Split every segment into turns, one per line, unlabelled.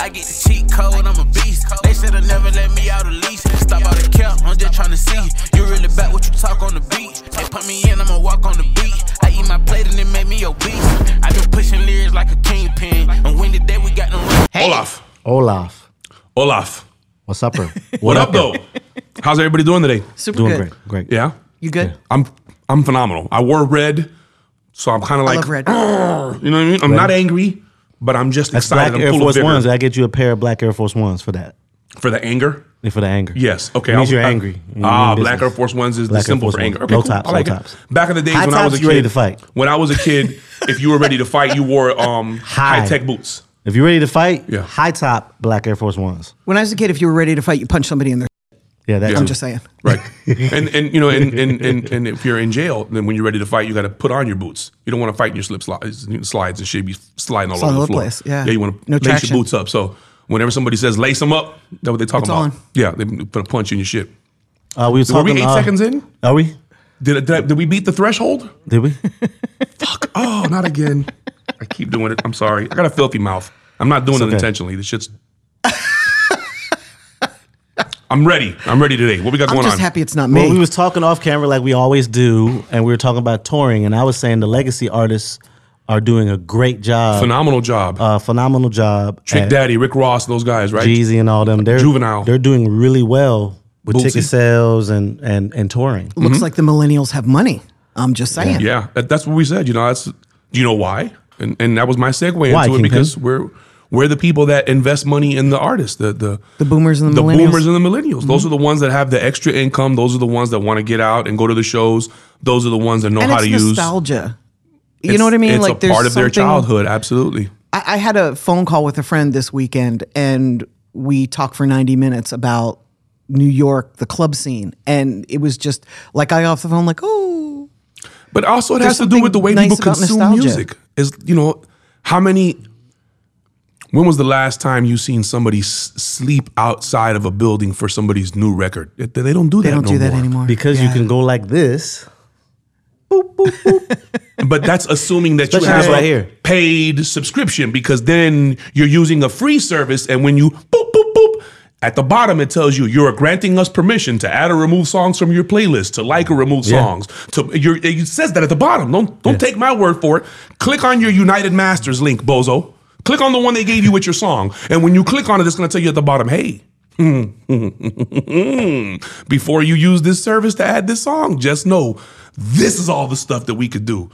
I get the cheat code, I'm a beast. They should've never let me out of lease. Stop all the cap, I'm just tryna see. You really back what you talk on the beat. They put me in, I'ma walk on the beat. I eat my plate and it made me obese. I been pushing lyrics like a kingpin. And when the day we got no
Olaf.
Olaf,
Olaf.
what's up, bro? What,
What, up, though? How's everybody doing today?
Super
Doing
good.
great, great.
Yeah.
You good?
I'm I'm phenomenal. I wore red, so I'm kind of
I
like
love red.
you know what I mean. I'm not angry, but I'm just
That's
excited.
Black
I'm
Air
full of
Force
vigor.
Ones. I get you a pair of Black Air Force Ones for that.
for the anger.
And For the anger.
Yes. Okay.
It means
I was-
you're
I-
angry. You mean
Ah,
business.
Black Air Force Ones is
Black Air
the symbol
Force
for
Ones.
anger. Okay,
Low
cool.
tops,
I like
low
it.
tops.
Back in the days
High
when I was a
tops,
kid,
you ready to fight.
When I was a kid, if you were ready to fight, you wore um,
High.
high tech boots.
If you're ready to fight,
Yeah.
high top Black Air Force Ones.
When I was a kid, if you were ready to fight, you punch somebody in their.
Mm.
Yeah, that
Yeah.
too.
I'm just saying.
Right. and and you know, and and, and and if you're in jail, then when you're ready to fight, you got to put on your boots. You don't want to fight in your slip slides, slides and shit. Be sliding all
Slide
over
all
the
over the
floor.
place, yeah.
Yeah. You want to
No
lace
traction.
your boots up. So whenever somebody says lace them up, that's what they talking
It's
about.
on.
Yeah. They put a punch in your shit.
Uh, we was
Were
talking.
we eight
uh,
seconds in?
Are we?
Did, I- did, I- did we beat the threshold?
Did we?
Oh, not again. I keep doing it. I'm sorry. I got a filthy mouth. I'm not doing it
okay.
intentionally. This shit's. I'm ready. I'm ready today. What we got
I'm
going
just
on?
happy it's not me.
well, we was talking off camera like we always do, and we were talking about touring, and I was saying the legacy artists are doing a great job,
Phenomenal job.
a phenomenal job.
Trick
at
Daddy, Rick Ross, those guys, right?
Jeezy and all them. They're
Juvenile.
They're doing really well with
Bootsy.
ticket sales and and and touring.
Looks like the millennials have money. I'm just saying.
Yeah, that, that's what we said. You know, that's do you know why? And and that was my segue
Why,
into it
Kingpin?
because we're we're the people that invest money in the artists, the the
The boomers and the millennials. Mm-hmm.
boomers and the millennials. Those are the ones that have the extra income. Those are the ones that want to get out and go to the shows. Those are the ones that know
and
how
it's
to use.
nostalgia. You
It's-
know what I mean?
It's a
there's
part of their
something-
childhood. Absolutely.
I, I had a phone call with a friend this weekend, and we talked for 90 minutes about New York, the club scene, and it was just like I got off the phone like, oh,
But also, it has
There's
to do with the
something
way
nice
people
about
consume
nostalgia.
music. Is you know how many? When was the last time you seen somebody s- sleep outside of a building for somebody's new record? They, they don't do that.
they don't
no
do that
more.
anymore
Because you
Yeah.
can go like this.
But that's assuming that you
Especially
have
this right
a
here.
paid subscription because then you're using a free service, and when you boop boop boop. At the bottom, it tells you you're granting us permission to add or remove songs from your playlist, to like or remove
Yeah.
songs. To you're, it says that at the bottom. Don't don't
Yeah.
take my word for it. Click on your United Masters link, bozo. Click on the one they gave you with your song, and when you click on it, it's going to tell you at the bottom, hey, before you use this service to add this song, just know this is all the stuff that we could do.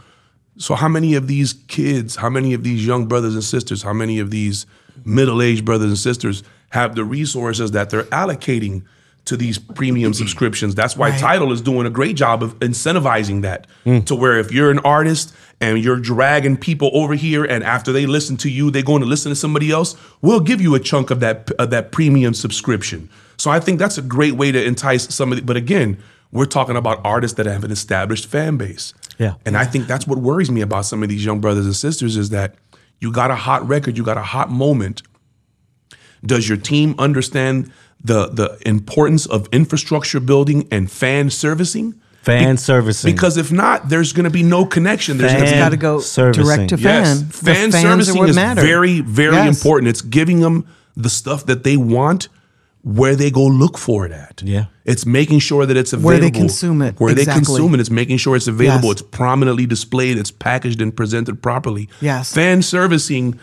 So, how many of these kids, how many of these young brothers and sisters, how many of these middle aged brothers and sisters have the resources that they're allocating to these premium subscriptions? That's why Title is doing a great job of incentivizing that to where if you're an artist and you're dragging people over here, and after they listen to you, they're going to listen to somebody else, we'll give you a chunk of that, of that premium subscription. So, I think that's a great way to entice somebody. But again, we're talking about artists that have an established fan base.
Yeah.
And I think that's what worries me about some of these young brothers and sisters is that you got a hot record, you got a hot moment. Does your team understand the the importance of infrastructure building and fan servicing?
Fan servicing.
Because if not, there's going to be no connection. There's
Fan
gonna be-
it's got to go
servicing.
direct to
Yes.
fan. The
Fan
fans are
servicing
what
is
matter.
very, very
Yes.
important. It's giving them the stuff that they want where they go look for it at.
Yeah.
It's making sure that it's available.
Where they consume it.
Where they
Exactly.
consume it. It's making sure it's available.
Yes.
It's prominently displayed. It's packaged and presented properly.
Yes.
Fan servicing,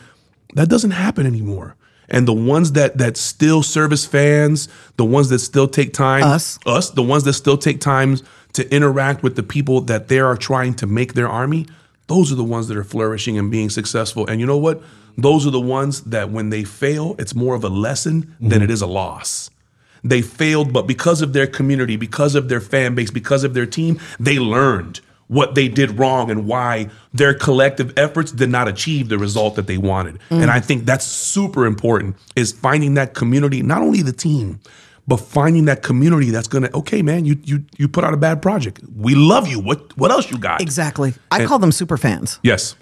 that doesn't happen anymore. And the ones that that still service fans, the ones that still take time
Us.
us, the ones that still take time to interact with the people that they are trying to make their army, those are the ones that are flourishing and being successful. And you know what? Those are the ones that when they fail, it's more of a lesson than it is a loss. They failed, but because of their community, because of their fan base, because of their team, they learned what they did wrong and why their collective efforts did not achieve the result that they wanted.
Mm.
And I think that's super important is finding that community, not only the team, but finding that community that's gonna okay, man, you you you put out a bad project. We love you. What what else you got?
Exactly. I call them super fans.
Yes.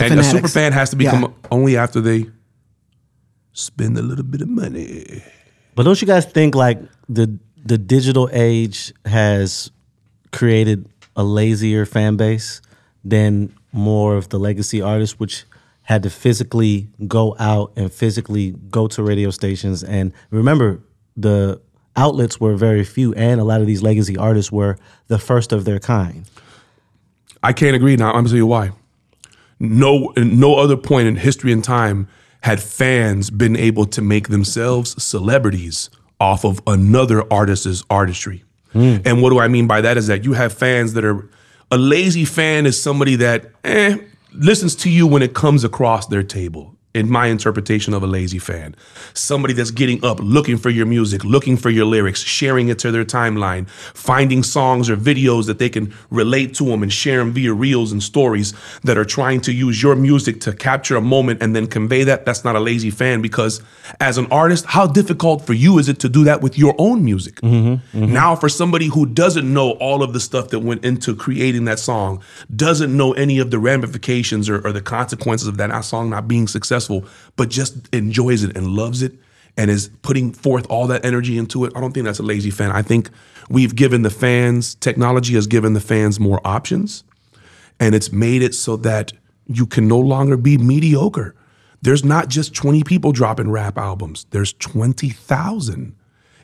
and a super
fanatics.
fan has to
Yeah.
become only after they spend a little bit of money.
But don't you guys think like the the digital age has created a lazier fan base than more of the legacy artists, which had to physically go out and physically go to radio stations. And remember, the outlets were very few, and a lot of these legacy artists were the first of their kind.
I can't agree now. I'm gonna tell you why. No, no other point in history and time had fans been able to make themselves celebrities off of another artist's artistry. And what do I mean by that is that you have fans that are a lazy fan is somebody that eh, listens to you when it comes across their table. In my interpretation of a lazy fan, somebody that's getting up, looking for your music, looking for your lyrics, sharing it to their timeline, finding songs or videos that they can relate to them and share them via reels and stories that are trying to use your music to capture a moment and then convey that. That's not a lazy fan because as an artist, how difficult for you is it to do that with your own music? Now, for somebody who doesn't know all of the stuff that went into creating that song, doesn't know any of the ramifications or, or the consequences of that not- song not being successful, but just enjoys it and loves it and is putting forth all that energy into it, I don't think that's a lazy fan. I think we've given the fans, technology has given the fans more options and it's made it so that you can no longer be mediocre. There's not just 20 people dropping rap albums. There's 20,000.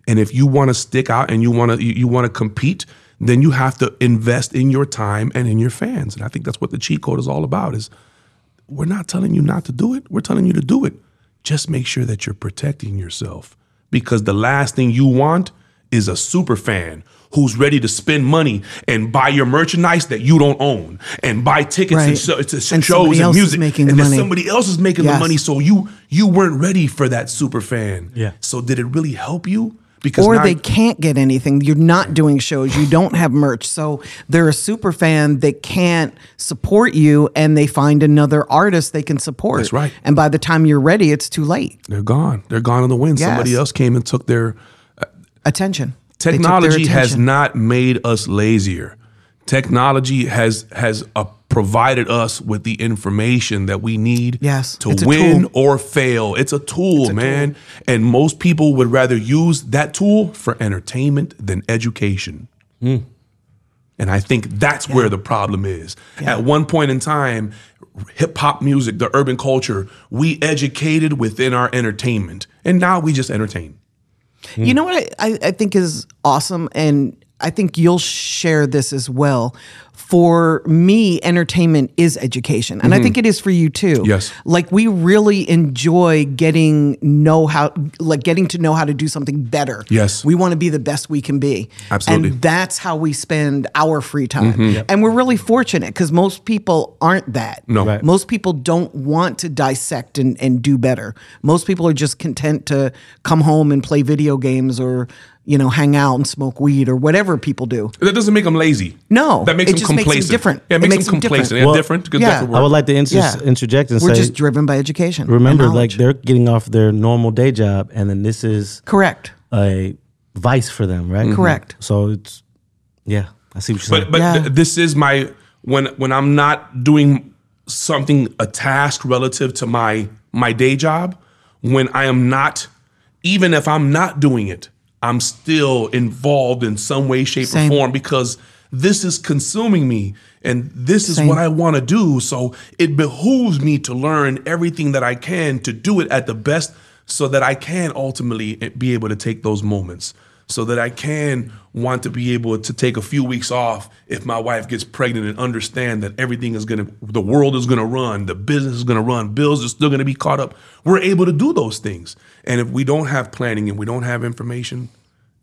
And if you want to stick out and you want to you, you want to compete, then you have to invest in your time and in your fans. And I think that's what the cheat code is all about is we're not telling you not to do it. We're telling you to do it. Just make sure that you're protecting yourself because the last thing you want is a super fan who's ready to spend money and buy your merchandise that you don't own and buy tickets and,
Right.
so, to
And
shows
somebody
and
else is
music
making the
and then
money.
somebody else is making the
Yes.
money so you you weren't ready for that super fan.
Yeah.
So did it really help you? Because
or
now-
they can't get anything. You're not doing shows. You don't have merch. So they're a super fan. They can't support you, and they find another artist they can support.
That's right.
And by the time you're ready, it's too late.
they're gone. They're gone in the wind. Somebody
Yes.
else came and took their
Attention. They took their
technology has
attention.
not made us lazier technology has has uh, provided us with the information that we need
Yes,
to
it's a
win
tool.
or fail it's a tool man and most people would rather use that tool for entertainment than education
Hmm.
and I think that's where the problem is. At one point in time, hip hop music, the urban culture, we educated within our entertainment. And now we just entertain.
You know what I, I, I think is awesome, and I think you'll share this as well. For me, entertainment is education, and I think it is for you too.
Mm-hmm. Yes.
like we really enjoy getting know how, like getting to know how to do something better.
Yes.
we want to be the best we can be.
Absolutely.
and that's how we spend our free time,
Mm-hmm.
and we're really fortunate because most people aren't that.
No. Right.
most people don't want to dissect and, and do better. Most people are just content to come home and play video games or, you know, hang out and smoke weed or whatever people do.
That doesn't make them lazy.
No,
that makes
it
them
just makes 'em
complacent.
different.
Yeah, it
It
makes,
makes
them
'em different.
complacent. Yeah,
Well,
different. Good,
yeah.
that's the word.
I would like to inter-
Yeah.
interject and
We're
say,
just driven by education. and
remember, like
knowledge.
they're getting off their normal day job, and then this is
correct.
a vice for them, right?
Mm-hmm. Correct.
So it's, yeah, I see what you're saying.
but but
Yeah.
th- this is my when when I'm not doing something a task relative to my my day job, when I am not even if I'm not doing it, I'm still involved in some way shape
Same.
or form because this is consuming me and this is
Same.
what I want to do. So it behooves me to learn everything that I can to do it at the best so that I can ultimately be able to take those moments. So that I can want to be able to take a few weeks off if my wife gets pregnant and understand that everything is gonna, the world is gonna run, the business is gonna run, bills are still gonna be caught up. We're able to do those things. And if we don't have planning and we don't have information,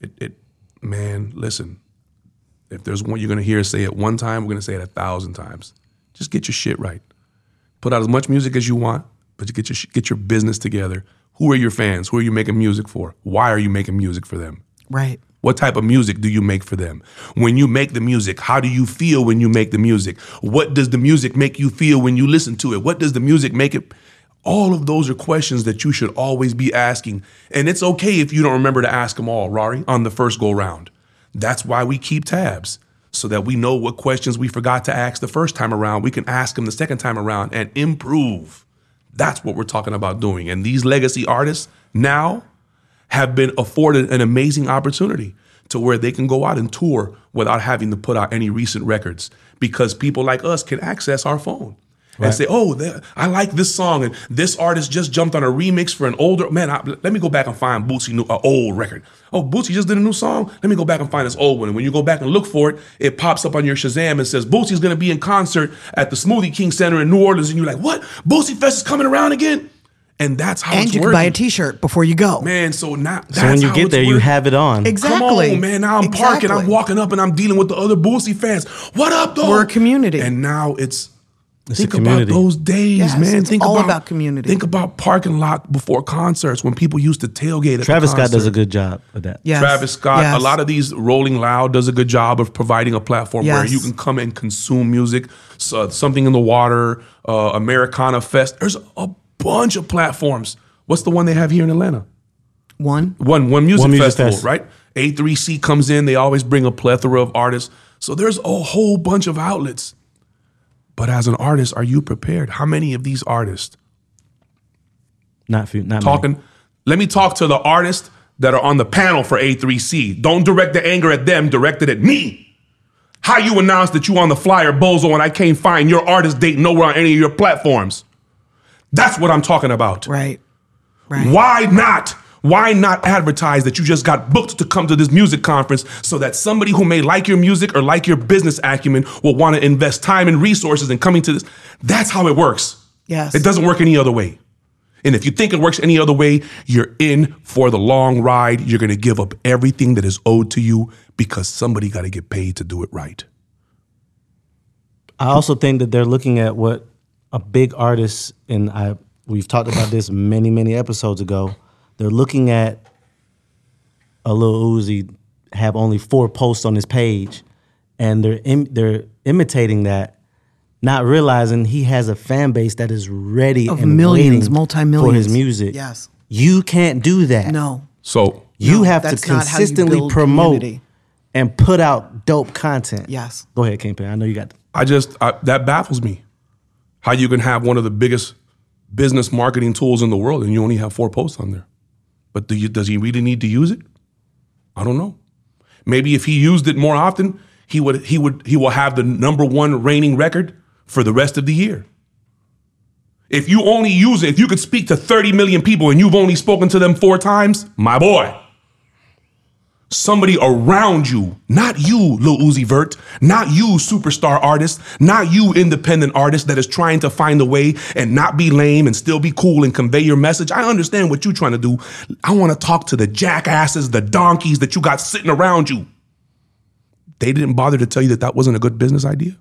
it, it man, listen, if there's one you're gonna hear us say it one time, we're gonna say it a thousand times. Just get your shit right. Put out as much music as you want, but you get your sh- get your business together. Who are your fans? Who are you making music for? Why are you making music for them?
Right.
What type of music do you make for them? When you make the music, how do you feel when you make the music? What does the music make you feel when you listen to it? What does the music make it? All of those are questions that you should always be asking. And it's okay if you don't remember to ask them all, Rari, on the first go round. That's why we keep tabs so that we know what questions we forgot to ask the first time around. We can ask them the second time around and improve. That's what we're talking about doing. And these legacy artists now have been afforded an amazing opportunity to where they can go out and tour without having to put out any recent records because people like us can access our phone. and say, "Oh, th- I like this song, and this artist just jumped on a remix for an older man. I, let me go back and find Bootsy new uh, old record. Oh, Bootsy just did a new song. Let me go back and find this old one. And when you go back and look for it, it pops up on your Shazam and says Bootsy's going to be in concert at the Smoothie King Center in New Orleans, and you're like, "What? Bootsy Fest is coming around again." And that's how
and
it's
you can
working.
buy a T-shirt before you go.
man. So not
So when you get there, you have it on.
Exactly.
Come on, man. Now I'm parking. I'm
Exactly.
walking up and I'm dealing with the other Boosie fans. What up, though?
We're a community.
And now it's.
a
think
community.
about those days,
Yes,
man.
it's
think
all about community.
Think about parking lot before concerts when people used to tailgate. At
Travis
the
Scott does
concert.
a good job of that.
Yes.
Travis Scott.
Yes.
A lot of these Rolling Loud does a good job of providing a platform where
Yes.
you can come and consume music. So, something in the water, uh, Americana Fest. There's a bunch of platforms. What's the one they have here in Atlanta?
one.
one one music,
One music
festival,
fest.
right? A3C comes in, they always bring a plethora of artists. So there's a whole bunch of outlets. But as an artist, are you prepared? How many of these artists
Not few, not many.
talking? Let me talk to the artists that are on the panel for A3C. Don't direct the anger at them, direct it at me. How you announce that you on the flyer bozo and I can't find your artist date nowhere on any of your platforms. That's what I'm talking about.
Right. Right.
Why not? Why not advertise that you just got booked to come to this music conference so that somebody who may like your music or like your business acumen will want to invest time and resources in coming to this? That's how it works.
Yes.
It doesn't work any other way. And if you think it works any other way, you're in for the long ride. You're going to give up everything that is owed to you because somebody got to get paid to do it right.
I also think that they're looking at what a big artist and I we've talked about this many many episodes ago. They're looking at a little Uzi have only four posts on his page, and they're Im- they're imitating that, not realizing he has a fan base that is ready
Of
and
millions,
waiting for
multi-millions.
his music.
Yes.
you can't do that.
No.
So,
you
No,
have to
that's not how you
consistently
build
promote
community.
and put out dope content.
Yes.
go ahead, Kingpin. I know you got.
I just I, that baffles me. How you can have one of the biggest business marketing tools in the world and you only have four posts on there. But do you, does he really need to use it? I don't know. Maybe if he used it more often, he would he would he will have the number one reigning record for the rest of the year. If you only use it, if you could speak to 30 million people and you've only spoken to them four times, my boy somebody around you, not you, Lil Uzi Vert, not you, superstar artist, not you, independent artist that is trying to find a way and not be lame and still be cool and convey your message. I understand what you're trying to do. I want to talk to the jackasses, the donkeys that you got sitting around you. They didn't bother to tell you that that wasn't a good business idea.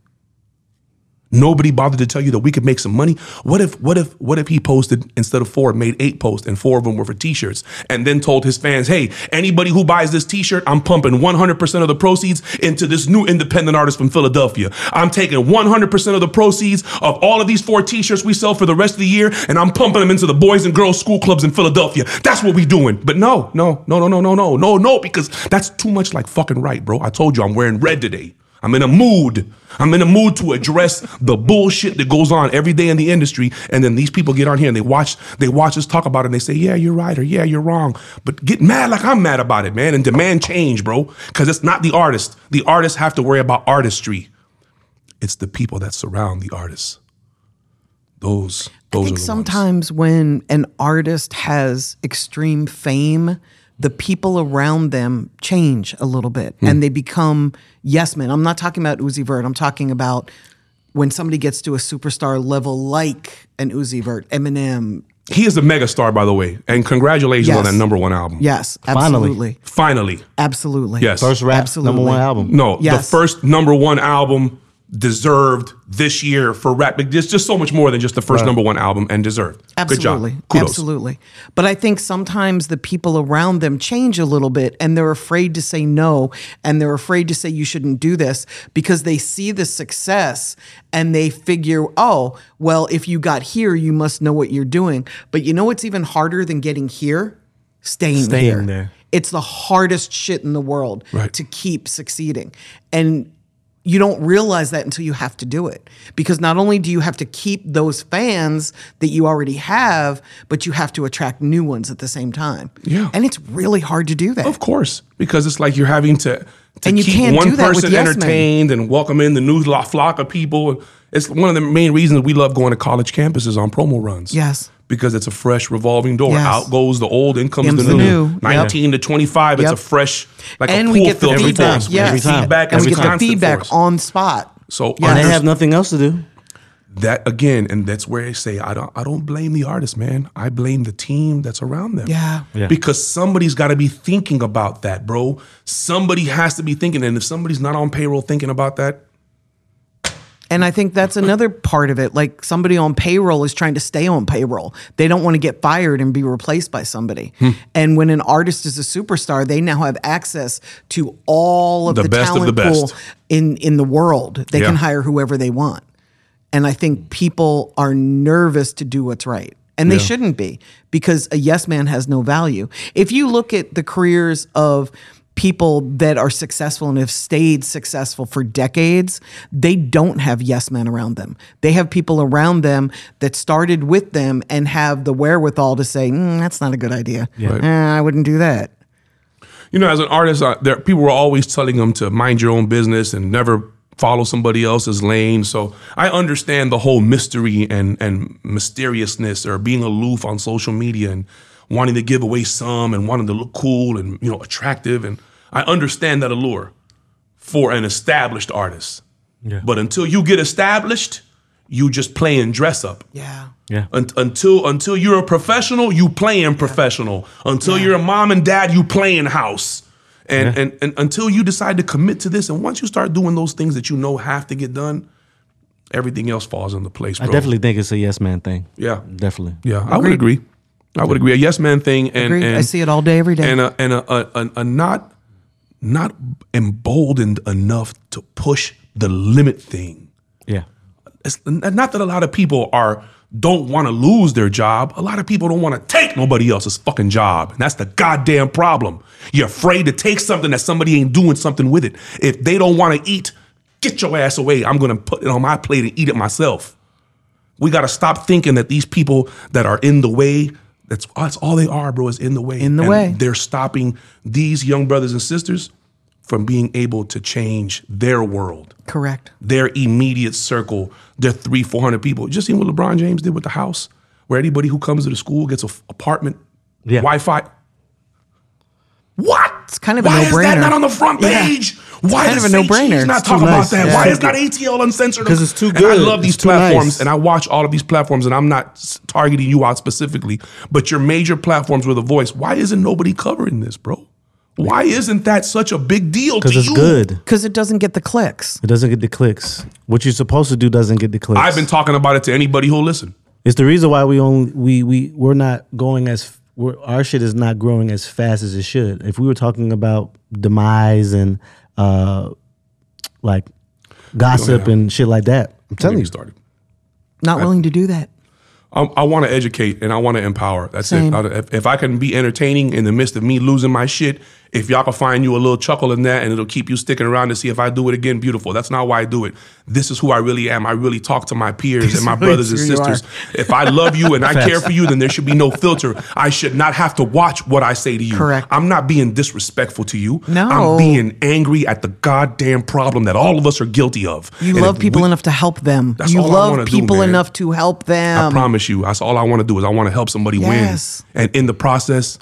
Nobody bothered to tell you that we could make some money. What if, what if, what if he posted instead of four, made eight posts and four of them were for t-shirts and then told his fans, hey, anybody who buys this t-shirt, I'm pumping 100% of the proceeds into this new independent artist from Philadelphia. I'm taking 100% of the proceeds of all of these four t-shirts we sell for the rest of the year and I'm pumping them into the boys and girls school clubs in Philadelphia. That's what we doing. But no, no, no, no, no, no, no, no, no, because that's too much like fucking right, bro. I told you I'm wearing red today. I'm in a mood. I'm in a mood to address the bullshit that goes on every day in the industry. And then these people get on here and they watch they watch us talk about it and they say, yeah, you're right, or yeah, you're wrong. But get mad like I'm mad about it, man, and demand change, bro. Cause it's not the artist. The artists have to worry about artistry. It's the people that surround the artists. Those those
I think
are the ones.
sometimes when an artist has extreme fame, the people around them change a little bit
Hmm.
and they become yes men. I'm not talking about Uzi Vert. I'm talking about when somebody gets to a superstar level like an Uzi Vert, Eminem.
He is a megastar, by the way. And congratulations on
Yes.
that number one album.
Yes,
Finally.
absolutely.
Finally.
Absolutely.
Yes.
First rap
Absolutely.
number one album.
No,
Yes.
the first number one album deserved this year for rap. Like, There's just so much more than just the first number one album and deserved.
Absolutely.
Good job. Kudos.
Absolutely. But I think sometimes the people around them change a little bit and they're afraid to say no and they're afraid to say you shouldn't do this because they see the success and they figure, oh, well, if you got here, you must know what you're doing. But you know what's even harder than getting here? Staying,
Staying
there.
there.
It's the hardest shit in the world
Right.
to keep succeeding. And you don't realize that until you have to do it because not only do you have to keep those fans that you already have but you have to attract new ones at the same time
Yeah.
and it's really hard to do that
Of course, because it's like you're having to, to
And you
keep
can't
one
do that with
person
yes men.
entertained and welcome in the new lo- flock of people. It's one of the main reasons we love going to college campuses on promo runs.
Yes.
Because it's a fresh revolving door.
Yes.
Out goes the old, in comes
Comes
the
the
new.
new. Yep.
19 to 25,
Yep.
it's a fresh, like
and
a
we
pool
get the
filter
every
feedback
force.
yes.
Every time.
Feedback
and
is
we
a
get the
constant
feedback
force.
on spot
So
Yes.
And they
artists-
have nothing else to do.
that again, and that's where I say I don't I don't blame the artist, man. I blame the team that's around them.
Yeah.
Yeah.
Because somebody's got to be thinking about that, bro. Somebody has to be thinking, and if somebody's not on payroll thinking about that,
And I think that's another part of it. Like somebody on payroll is trying to stay on payroll. They don't want to get fired and be replaced by somebody.
Hmm.
And when an artist is a superstar, they now have access to all of the,
The best of
talent
the
pool
best.
in in the world. They can
Yeah.
hire whoever they want. And I think people are nervous to do what's right. And they shouldn't be because a yes man has no value. If you look at the careers of people that are successful and have stayed successful for decades, they don't have yes men around them. They have people around them that started with them and have the wherewithal to say, "Mm, that's not a good idea.
Right.
Eh, I wouldn't do that.
you know, as an artist, I, there people were always telling them to mind your own business and never follow somebody else's lane. So I understand the whole mystery and and mysteriousness or being aloof on social media and wanting to give away some and wanting to look cool and you know attractive and I understand that allure for an established artist. But until you get established, you just playing dress up.
Yeah.
Yeah.
Un- until until you're a professional, you playing professional. Until you're a mom and dad, you playing house. And, and and until you decide to commit to this, and once you start doing those things that you know have to get done, everything else falls into place. Bro.
I definitely think it's a yes man thing.
Yeah.
Definitely.
Yeah, I would agree. I would agree. A yes man thing, and,
Agreed.
and
I see it all day, every day.
and uh, a, and a, a, a, a not not emboldened enough to push the limit thing.
Yeah.
It's n- not that a lot of people are don't want to lose their job. A lot of people don't want to take nobody else's fucking job. And that's the goddamn problem. You're afraid to take something that somebody ain't doing something with it. If they don't want to eat, get your ass away. I'm going to put it on my plate and eat it myself. We got to stop thinking that these people that are in the way, that's, that's all they are, bro, is in the way.
In the
And
way.
They're stopping these young brothers and sisters from being able to change their world
Correct.
their immediate circle, their three, four hundred people. Just seen what LeBron James did with the house, where anybody who comes to the school gets an apartment,
Yeah.
Wi-Fi. What? It's
kind of a
Why is that
no-brainer.
not on the front
Yeah.
page? Why
kind
is
of a no-brainer.
Not
It's
talking
too
about
nice.
that.
Yeah.
Why is not ATL uncensored?
'Cause it's too
And I
good.
love these
It's too
platforms,
nice.
and I watch all of these platforms, and I'm not s- targeting you out specifically, but your major platforms with a voice. Why isn't nobody covering this, bro? Why isn't that such a big deal?
Because
to
it's
you?
good.
Because it doesn't get the clicks.
It doesn't get the clicks. What you're supposed to do doesn't get the clicks.
I've been talking about it to anybody who'll listen.
It's the reason why we only we we we're not going as we're, our shit is not growing as fast as it should. If we were talking about demise and uh like gossip and shit like that, I'm telling
Get
you,
me started.
Not willing to do that.
I, I want to educate and I want to empower. That's
Same.
it. I- if, if I can be entertaining in the midst of me losing my shit, if y'all can find you a little chuckle in that and it'll keep you sticking around to see if I do it again, beautiful. That's not why I do it. This is who I really am. I really talk to my peers and my
is
brothers and
who you
sisters. If I love you and I care for you, then there should be no filter. I should not have to watch what I say to you.
Correct.
I'm not being disrespectful to you.
No.
I'm being angry at the goddamn problem that all of us are guilty of.
You
And
love
if
people
we-
enough to help them.
That's
you
all I
love
wanna do,
people
man.
enough to help
I
them.
promise you, that's all I want to do is I want to help somebody
Um, Yes.
win, and in the process,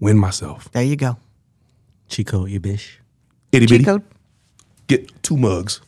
win myself.
there you go.
Chico, you bitch.
Itty
Cheat
bitty,
code.
get two mugs.